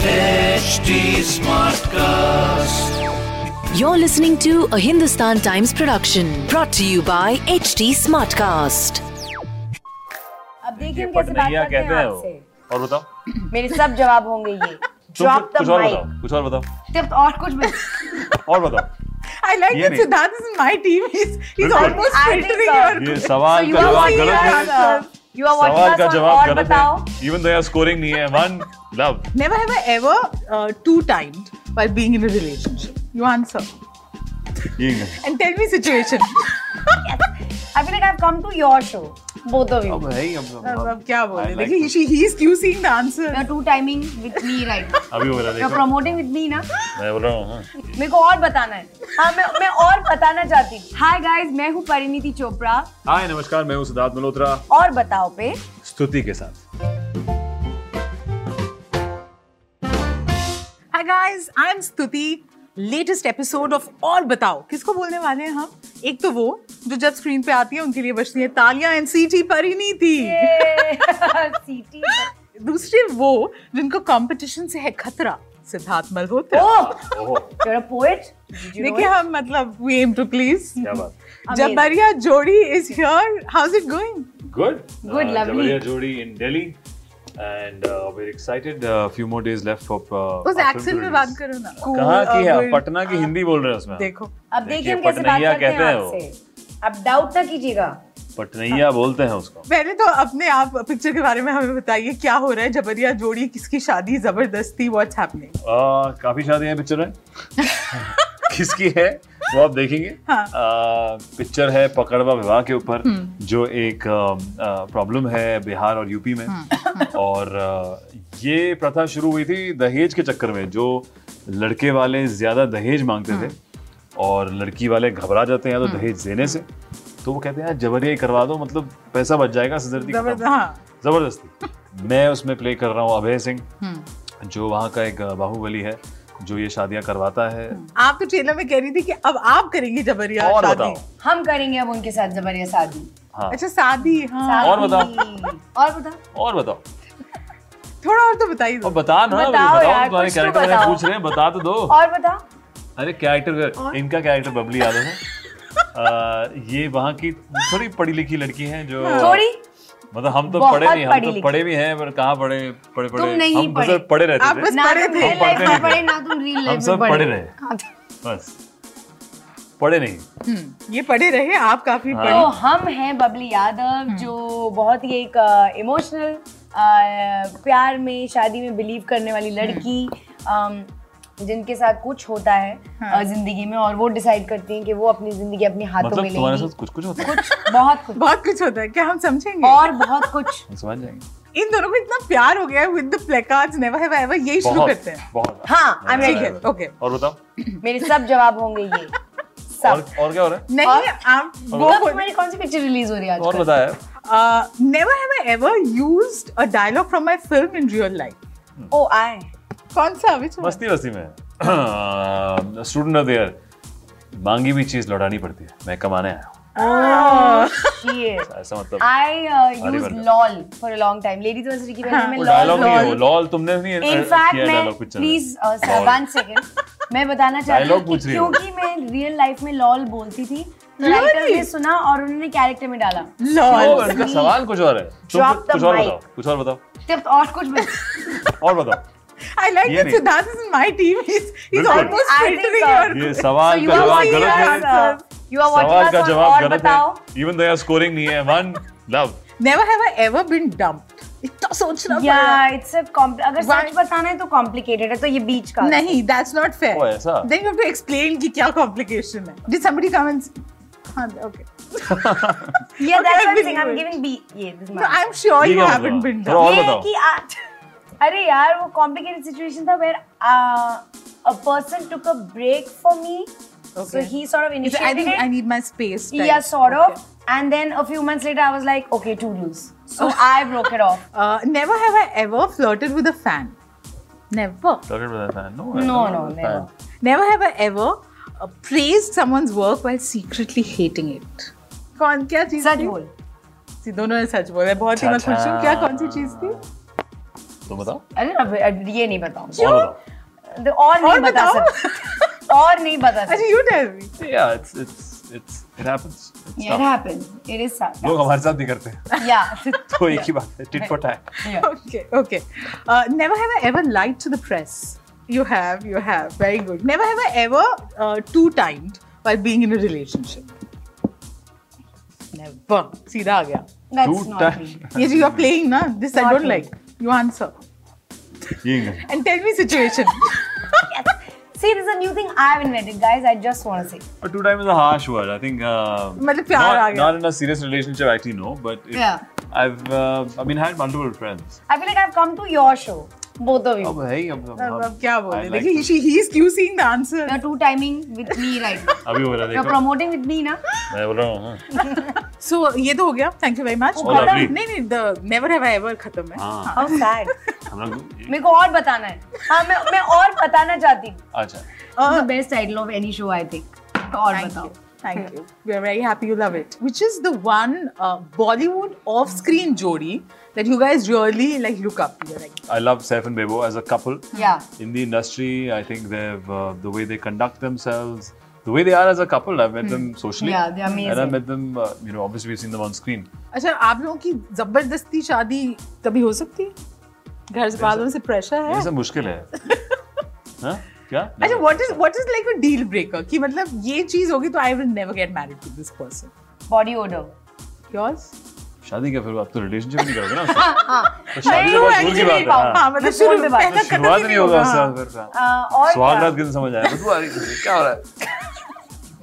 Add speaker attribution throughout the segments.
Speaker 1: HD Smartcast.
Speaker 2: You're listening to a Hindustan Times production brought to you by HT Smartcast.
Speaker 3: अब देखिए
Speaker 4: ये
Speaker 3: हम कैसे बात
Speaker 4: पटनैया
Speaker 3: करते हैं
Speaker 4: कहते हैं
Speaker 3: आपसे
Speaker 4: वो। और बताओ
Speaker 3: मेरे सब जवाब होंगे ये
Speaker 4: तुम
Speaker 3: ड्रॉप द
Speaker 4: कुछ और
Speaker 3: माइक
Speaker 4: बताओ कुछ और बताओ
Speaker 3: सिर्फ और कुछ भी
Speaker 4: और बताओ
Speaker 5: I like
Speaker 4: ये
Speaker 5: that
Speaker 4: नहीं।
Speaker 5: Siddharth is in my team. He's, he's
Speaker 4: बिल्कुल।
Speaker 5: almost
Speaker 3: I think
Speaker 5: filtering
Speaker 3: so.
Speaker 5: your
Speaker 4: ये सवाल
Speaker 3: यू
Speaker 4: का
Speaker 3: आर वाचिंग
Speaker 4: जवाब गलत है
Speaker 3: अस यू आर
Speaker 4: सवाल
Speaker 3: वाचिंग
Speaker 4: का
Speaker 3: अस
Speaker 4: जवाब
Speaker 3: और
Speaker 4: गलत
Speaker 3: बताओ
Speaker 4: है इवन दो स्कोरिंग नहीं है one love
Speaker 5: Never have I ever uh, two timed while being in a relationship. You answer
Speaker 4: ये नहीं।
Speaker 5: and tell me situation.
Speaker 3: I feel like I have come to your show both of you
Speaker 4: अब है ही अब
Speaker 5: अब अब क्या बोले
Speaker 4: I like
Speaker 5: देखिए he- she- he is QCing the answer.
Speaker 3: You are two timing with me right
Speaker 4: अभी
Speaker 3: you
Speaker 4: हो रहा
Speaker 3: आर
Speaker 4: देखो
Speaker 3: प्रमोटिंग विद मी ना
Speaker 4: मैं बोल रहा हूँ हाँ।
Speaker 3: मेरे को और बताना है हाँ मैं मैं और बताना चाहती हूँ हाय गाइस मैं हूँ परिणीति चोपड़ा
Speaker 4: हाय नमस्कार मैं हूँ सिद्धार्थ मल्होत्रा
Speaker 3: और बताओ पे
Speaker 4: स्तुति के साथ
Speaker 5: Hi guys, I'm Stuti. Latest episode of और बताओ किसको बोलने वाले हैं हम एक तो वो जो जब स्क्रीन पे आती है उनके लिए बजती है तालियां एंड सीटी परिणीति
Speaker 3: सीटी
Speaker 5: दूसरे वो जिनको कंपटीशन से है खतरा सिद्धार्थ मल्होत्रा
Speaker 3: Oh,
Speaker 4: ओहो
Speaker 3: यू आर अ पोएट
Speaker 5: देखिए हम मतलब वी एम टू प्लीज
Speaker 4: क्या बात
Speaker 3: Amazing.
Speaker 5: Jabariya Jodi is here how is it going
Speaker 4: good
Speaker 3: Good, lovely.
Speaker 4: जोड़ी in Delhi and very excited few more days left for
Speaker 5: उस एक्सेंट में बात करो ना uh,
Speaker 4: कहाँ की है आप पटना की हिंदी बोल रहे हैं उसमें
Speaker 5: देखो
Speaker 3: अब देखिए हम कैसे
Speaker 4: देखिए,
Speaker 3: बात
Speaker 4: पटनैया
Speaker 3: करते हैं
Speaker 4: कहते हैं वो।
Speaker 3: आपसे अब डाउट ना कीजिएगा
Speaker 4: पटनैया बोलते हैं उसको
Speaker 5: पहले तो अपने आप पिक्चर के बारे में हमें बताइए क्या हो रहा है जबरिया जोड़ी किसकी शादी जबरदस्ती व्हाट्स हैपनिंग
Speaker 4: आ, काफी शादियां पिक्चर में किसकी है वो आप देखेंगे
Speaker 5: हाँ।
Speaker 4: आ, पिक्चर है पकड़वा विवाह के ऊपर
Speaker 5: हम्म।
Speaker 4: जो एक प्रॉब्लम है बिहार और यूपी में
Speaker 5: हम्म,
Speaker 4: और आ, ये प्रथा शुरू हुई थी दहेज के चक्कर में जो लड़के वाले ज्यादा दहेज मांगते थे
Speaker 5: हम्म।
Speaker 4: और लड़की वाले घबरा जाते हैं या तो दहेज देने से तो वो कहते हैं यार जबरिया ही करवा दो मतलब पैसा बच जाएगा सिजरती
Speaker 5: जबरदस्त हाँ
Speaker 4: जबरदस्ती मैं उसमें प्ले कर रहा हूँ अभय सिंह जो वहाँ का एक बाहुबली है जो ये शादियां करवाता है
Speaker 5: आप तो ट्रेलर में कह रही थी कि अब आप करेंगे जबरिया
Speaker 4: और
Speaker 5: शादी
Speaker 4: बताओ
Speaker 3: हम करेंगे अब उनके साथ जबरदस्त शादी
Speaker 4: हाँ
Speaker 5: अच्छा शादी हाँ
Speaker 4: और बताओ।
Speaker 3: शादी। और बताओ
Speaker 4: और बताओ
Speaker 5: थोड़ा और तो बताइए
Speaker 4: और बता ना
Speaker 3: बताओ
Speaker 4: बताओ
Speaker 3: यार,
Speaker 4: तुम्हारे
Speaker 3: कुछ तो
Speaker 4: कैरेक्टर
Speaker 3: बताओ।
Speaker 4: पूछ रहे हैं बता तो दो
Speaker 3: और बताओ
Speaker 4: अरे कैरेक्टर इनका कैरेक्टर बबली यादव है आ, ये वहाँ की थोड़ी पढ़ी लिखी लड़की है जो
Speaker 3: हाँ। थोड़ी
Speaker 4: मतलब हम तो
Speaker 3: बहुत
Speaker 4: पढ़े नहीं हम
Speaker 3: पढ़ी
Speaker 4: तो
Speaker 3: लिखी।
Speaker 4: पढ़े भी हैं पर कहाँ पढ़े पढ़े
Speaker 3: तुम
Speaker 4: पढ़े
Speaker 3: नहीं
Speaker 4: हम
Speaker 3: पढ़े।
Speaker 4: बस पढ़े
Speaker 5: आप
Speaker 4: रहते
Speaker 5: बस
Speaker 4: थे
Speaker 3: ना
Speaker 5: पढ़े
Speaker 3: तुम
Speaker 5: थे
Speaker 3: रियल लाइफ में पढ़े ना तुम रियल
Speaker 4: पढ़ते नहीं थे। हम
Speaker 3: लाइफ में
Speaker 4: सब
Speaker 3: पढ़े हाँ तो
Speaker 4: पढ़े रहे बस पढ़े नहीं
Speaker 5: हम्म, ये पढ़े रहे आप काफी
Speaker 4: हाँ।
Speaker 3: तो
Speaker 5: पढ़े
Speaker 3: हम हैं बबली
Speaker 5: हम्म।
Speaker 3: यादव जो बहुत ही एक इमोशनल प्यार में शादी में बिलीव करने वाली
Speaker 5: हम्म।
Speaker 3: लड़की अम, जिनके साथ कुछ होता है
Speaker 5: हाँ।
Speaker 3: अ, जिंदगी में और वो डिसाइड करती हैं कि वो अपनी जिंदगी अपने हाथों
Speaker 4: मतलब
Speaker 3: में
Speaker 4: तुम्हारे
Speaker 3: लेंगी
Speaker 4: साथ कुछ कुछ होता है
Speaker 3: कुछ बहुत कुछ
Speaker 5: बहुत कुछ होता है क्या हम समझेंगे
Speaker 3: और बहुत कुछ
Speaker 4: हम समझ जाएंगे
Speaker 5: इन दोनों को इतना प्यार हो गया है with the placards never have ever यही शुरू
Speaker 4: बहुत
Speaker 5: करते हैं
Speaker 4: बहुत
Speaker 3: हाँ आई एम
Speaker 5: ठीक
Speaker 3: रेडी
Speaker 5: है ओके
Speaker 4: और बताओ
Speaker 3: मेरे सब जवाब होंगे ये
Speaker 4: और,
Speaker 3: सब
Speaker 4: और क्या हो रहा है
Speaker 5: नहीं आप वो
Speaker 3: कब
Speaker 5: बोल-
Speaker 3: तुम्हारी कौन सी पिक्चर रिलीज हो रही है
Speaker 4: और
Speaker 3: आजकल?
Speaker 4: बताया
Speaker 5: Uh, never have I ever used a dialogue from my film in real life.
Speaker 3: ओ आए
Speaker 5: कौन सा which one?
Speaker 4: मस्ती मस्ती में स्टूडेंट ऑफ मांगी हुई चीज लौटानी पड़ती है मैं कमाने आया हूँ
Speaker 5: हाँ,
Speaker 4: हाँ।
Speaker 3: ये
Speaker 4: ऐसा मतलब
Speaker 3: आई
Speaker 4: सारी
Speaker 3: यूज
Speaker 4: बार में।
Speaker 3: Lol for a long time ladies versus की वजह में
Speaker 4: हाँ, वो डायलॉग नहीं है वो
Speaker 3: लॉल
Speaker 4: लॉल तुमने नहीं uh,
Speaker 3: इनफैक्ट
Speaker 4: किया
Speaker 3: मैं uh,
Speaker 4: dialogue picture में।
Speaker 3: प्लीज वन सेकंड मैं बताना चाहती
Speaker 4: Dialogue
Speaker 3: हूँ
Speaker 4: पूछ
Speaker 3: कि
Speaker 4: रही हो।
Speaker 3: क्योंकि मैं रियल लाइफ में लॉल बोलती थी राइटर ने सुना और उन्होंने कैरेक्टर में डाला
Speaker 4: ओ,
Speaker 5: Lol.
Speaker 4: इनका सवाल कुछ और है तुम
Speaker 3: Drop
Speaker 4: कुछ
Speaker 3: the
Speaker 4: कुछ और
Speaker 3: mic.
Speaker 4: बताओ कुछ और बताओ
Speaker 3: सिर्फ तो और कुछ भी
Speaker 4: और बताओ
Speaker 5: I like
Speaker 4: ये
Speaker 5: that
Speaker 4: नहीं।
Speaker 5: Siddharth is in my team. He's, he's
Speaker 4: बिल्कुल।
Speaker 5: almost
Speaker 3: I think
Speaker 5: filtering
Speaker 3: so.
Speaker 5: your...
Speaker 4: ये सवाल का जवाब
Speaker 5: watching
Speaker 4: गलत
Speaker 5: us,
Speaker 4: है
Speaker 5: answers.
Speaker 3: यू आर
Speaker 4: सवाल
Speaker 3: वाचिंग
Speaker 4: का
Speaker 3: अस
Speaker 4: जवाब
Speaker 3: और
Speaker 4: गलत
Speaker 3: बताओ
Speaker 4: है इवन दो स्कोरिंग नहीं है one love
Speaker 5: Never have I ever been dumped. इतना सोचना पड़ा।
Speaker 3: या इट्स अ अगर सच
Speaker 5: Why?
Speaker 3: बताना है तो कॉम्प्लिकेटेड है तो ये बीच का
Speaker 5: नहीं, that's not fair.
Speaker 4: ओ, ऐसा?
Speaker 5: Then you have to explain कि क्या complication है. Did somebody come and... हाँ, okay.
Speaker 3: Yeah, that's
Speaker 5: Okay, I'll
Speaker 3: what I'm
Speaker 5: believe
Speaker 3: saying. I'm
Speaker 5: it.
Speaker 3: giving B. Yeah, this is
Speaker 5: No,
Speaker 3: mine.
Speaker 5: I'm sure
Speaker 4: ये
Speaker 5: you
Speaker 4: क्या
Speaker 5: haven't
Speaker 4: मतलब?
Speaker 5: been
Speaker 4: थोड़ा
Speaker 5: dumped.
Speaker 4: और
Speaker 3: ये
Speaker 4: बताओ
Speaker 3: कि आ- अरे यार वो कॉम्प्लिकेटेड सिचुएशन था where a person took a break for me so
Speaker 5: Okay.
Speaker 3: He sort of
Speaker 5: It's- I
Speaker 3: initiated
Speaker 5: think I need my space. type.
Speaker 3: Yeah, sort of.
Speaker 5: Okay.
Speaker 3: And then a few months later, I was like, okay, toodles. So I broke it off.
Speaker 5: Uh, never have I ever flirted with a fan. Never.
Speaker 4: Flirted with a fan? No, I
Speaker 3: No,
Speaker 4: flirted
Speaker 3: no,
Speaker 4: with a
Speaker 3: never.
Speaker 4: fan.
Speaker 5: Never have I ever uh, praised someone's work while secretly hating it. कौन क्या चीज
Speaker 3: Such bull.
Speaker 5: थी दोनों ने सच बोला बहुत ही मैं खुश हूँ क्या कौन सी चीज थी
Speaker 4: तुम बताओ
Speaker 3: अरे अब अब ये नहीं बताऊं
Speaker 4: और बताओ
Speaker 3: The- और नहीं
Speaker 5: और
Speaker 3: बता
Speaker 5: बताओ।
Speaker 3: सकती और नहीं बता
Speaker 5: अच्छा
Speaker 3: सकती
Speaker 5: you tell me
Speaker 4: Yeah, it's it's it's it happens. It's
Speaker 3: Yeah,
Speaker 4: tough.
Speaker 3: it happened it is sad
Speaker 4: लोग हमारे साथ भी करते हैं
Speaker 3: yeah
Speaker 4: तो एक ही बात है tit for tat.
Speaker 3: yeah
Speaker 5: okay okay uh, never have i ever lied to the press you have you have very good never have i ever uh, two timed while being in a relationship never सीधा आ गया
Speaker 3: that's
Speaker 4: Two
Speaker 3: not
Speaker 4: times.
Speaker 3: me
Speaker 5: yes you are playing na this
Speaker 3: Hmm.
Speaker 5: i
Speaker 3: Not
Speaker 5: don't
Speaker 3: me.
Speaker 5: like you answer
Speaker 4: ये नहीं।
Speaker 5: and tell me situation
Speaker 3: see this is a new thing I've invented guys I just want to say
Speaker 4: But two time is a harsh word. I think. Uh,
Speaker 5: मतलब प्यार आ
Speaker 4: not,
Speaker 5: गया।
Speaker 4: not in a serious relationship, actually, no. But it,
Speaker 3: Yeah.
Speaker 4: I've uh, I mean had multiple friends.
Speaker 3: I feel like I've come to your show both of you
Speaker 4: अब है ही अब अब-
Speaker 5: अब अब
Speaker 4: अब-
Speaker 5: क्या
Speaker 4: I
Speaker 5: बोले
Speaker 4: like
Speaker 5: देखिए
Speaker 4: to-
Speaker 5: she he is you seeing the answer
Speaker 3: you're two timing with me right now.
Speaker 4: अभी हो रहा है
Speaker 3: you're
Speaker 4: देखो
Speaker 3: promoting with me ना
Speaker 4: मैं बोल रहा हूँ हाँ।
Speaker 5: so ये तो हो गया thank you very much
Speaker 4: Oh, lovely.
Speaker 5: नहीं नहीं the never have i ever खत्म है
Speaker 4: हाँ
Speaker 3: how sad
Speaker 4: हम लोग
Speaker 3: मेरे को और बताना है हाँ मैं मैं और बताना चाहती हूँ
Speaker 4: अच्छा
Speaker 3: the best title of any show, I think. तो और
Speaker 5: Thank
Speaker 3: बताओ
Speaker 5: you. Thank you. We are very happy you love it. Which is the one uh, Bollywood off-screen jodi that you guys really like look up to. You're Like,
Speaker 4: I love Saif and Bebo as a couple.
Speaker 3: Yeah.
Speaker 4: In the industry, I think they've uh, the way they conduct themselves, the way they are as a couple. I've met them socially.
Speaker 3: Hmm. Yeah, they're amazing.
Speaker 4: And I met them. Uh, you know, obviously we've seen them on screen.
Speaker 5: अच्छा आप लोगों की जबरदस्ती शादी कभी हो सकती है घर वालों से प्रेशर
Speaker 4: ये
Speaker 5: है
Speaker 4: सब मुश्किल है हाँ? क्या
Speaker 5: अच्छा what is what is like a deal breaker कि मतलब ये चीज होगी तो I will never get married to this person
Speaker 3: Body odor.
Speaker 5: Yours
Speaker 4: शादी का फिर आप तो रिलेशनशिप नहीं करोगे ना उससे। तो शादी
Speaker 3: नहीं, वो
Speaker 4: तो बहुत दूर की
Speaker 3: actually
Speaker 4: बात है
Speaker 3: पाऊँ।
Speaker 4: हाँ।
Speaker 5: हां मतलब
Speaker 3: मैं
Speaker 5: शुरू
Speaker 3: बोल भी
Speaker 5: में
Speaker 3: बात-
Speaker 5: पहला कदम
Speaker 4: शुरुआत
Speaker 5: ही
Speaker 4: नहीं होगा उससे
Speaker 5: हाँ।
Speaker 4: फिर से।
Speaker 3: Uh, और
Speaker 4: सुहाग रात
Speaker 3: क्या?
Speaker 4: के दिन समझ आया बदबू आ रही है, क्या हो रहा है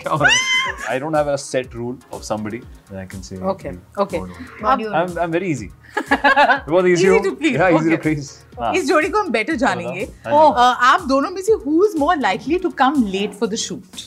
Speaker 4: क्या हो रहा है आई don't have a set rule of somebody that I can say
Speaker 5: Okay, okay.
Speaker 3: Body odor.
Speaker 4: I'm I'm very easy बहुत easy
Speaker 5: Easy
Speaker 4: हूँ
Speaker 5: to please,
Speaker 4: yeah easy
Speaker 5: okay.
Speaker 4: to please
Speaker 3: Ah.
Speaker 4: हाँ।
Speaker 5: इस जोड़ी को हम बेटर जानेंगे
Speaker 4: हाँ जी।
Speaker 5: अ, आप दोनों में से who is more likely to come late for the shoot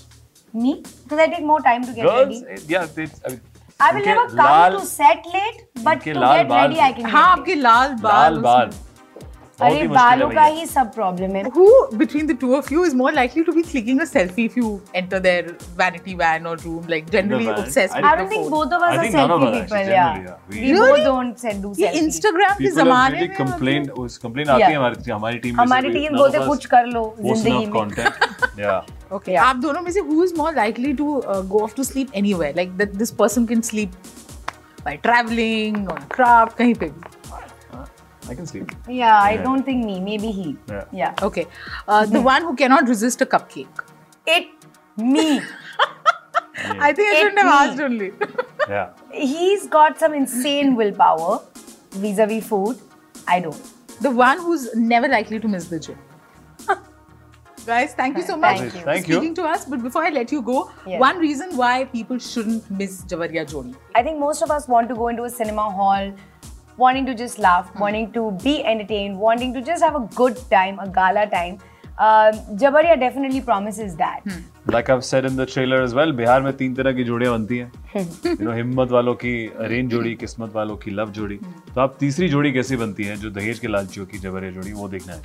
Speaker 3: Me? Because I take more time to get
Speaker 4: girls
Speaker 3: ready.
Speaker 4: yeah they I mean,
Speaker 3: uh, I will
Speaker 4: इनके
Speaker 3: never come
Speaker 4: लाल
Speaker 3: to set late, but
Speaker 4: इनके
Speaker 3: to
Speaker 4: लाल
Speaker 3: get
Speaker 4: बाल
Speaker 3: ready, I can.
Speaker 5: हाँ
Speaker 3: get
Speaker 5: आपके लाल बाल
Speaker 4: लाल बाल बहुत
Speaker 3: अरे
Speaker 4: ही मुश्किल है
Speaker 3: बालों का
Speaker 4: भैया
Speaker 3: ही सब प्रॉब्लम है
Speaker 5: Who between the two of you is more likely to be clicking a selfie if you enter their vanity van or room, like generally
Speaker 4: The van.
Speaker 5: obsessed
Speaker 4: I
Speaker 5: with
Speaker 3: I
Speaker 4: don't
Speaker 3: don't
Speaker 5: the
Speaker 3: think
Speaker 5: phone?
Speaker 3: both of us
Speaker 4: I
Speaker 3: are
Speaker 4: think none of
Speaker 3: selfie
Speaker 4: us
Speaker 3: people,
Speaker 4: actually,
Speaker 3: yeah.
Speaker 4: generally, yeah.
Speaker 3: We
Speaker 4: We-
Speaker 3: both don't set- do
Speaker 5: ये
Speaker 3: selfie.
Speaker 5: Instagram के
Speaker 4: people have
Speaker 5: जमाने
Speaker 4: really
Speaker 5: में
Speaker 4: complained उस complaint आती है
Speaker 3: मतलब Yeah.
Speaker 4: हमारी हमारी टीम
Speaker 3: हमारी टीम बोलते कुछ कर लो जिंदगी में
Speaker 4: content yeah
Speaker 5: Okay, आप दोनों में से who is more likely to uh, go off to sleep anywhere? Like that this person can sleep by traveling on a craft कहीं पे भी.
Speaker 4: I can sleep
Speaker 3: Yeah, I
Speaker 4: Yeah.
Speaker 3: don't think me, maybe he.
Speaker 4: Yeah.
Speaker 3: Yeah.
Speaker 5: Okay, uh,
Speaker 4: Hmm.
Speaker 5: the one who cannot resist a cupcake.
Speaker 3: It me.
Speaker 4: Hmm.
Speaker 5: I think I
Speaker 3: It
Speaker 5: shouldn't have
Speaker 3: me.
Speaker 5: asked only.
Speaker 4: yeah
Speaker 3: He's got some insane willpower vis-a-vis food. I don't.
Speaker 5: the one who's never likely to miss the gym. Guys, thank you so much
Speaker 3: Thank you.
Speaker 5: for
Speaker 4: Thank you.
Speaker 5: speaking to us. But before I let you go,
Speaker 3: Yes.
Speaker 5: one reason why people shouldn't miss Javaria Joni.
Speaker 3: I think most of us want to go into a cinema hall wanting to just laugh, wanting to be entertained, wanting to just have a good time, a gala time. Um Jabaria definitely promises that.
Speaker 4: like I've said in the trailer as well Bihar में तीन तरह की जोड़ियां बनती हैं you know हिम्मत वालों की arrange जोड़ी किस्मत वालों की लव जोड़ी
Speaker 5: Hmm.
Speaker 4: तो आप तीसरी जोड़ी कैसी बनती है जो दहेज के लालचियों की जबरे जोड़ी वो देखना है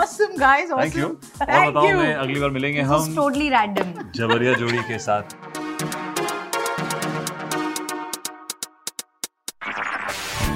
Speaker 5: Awesome, guys.
Speaker 4: Thank
Speaker 5: Awesome.
Speaker 4: You और
Speaker 5: Thank
Speaker 4: बताओ
Speaker 5: you.
Speaker 4: मैं अगली बार मिलेंगे
Speaker 3: It's
Speaker 4: हम
Speaker 3: totally random.
Speaker 4: जबरिया जोड़ी के साथ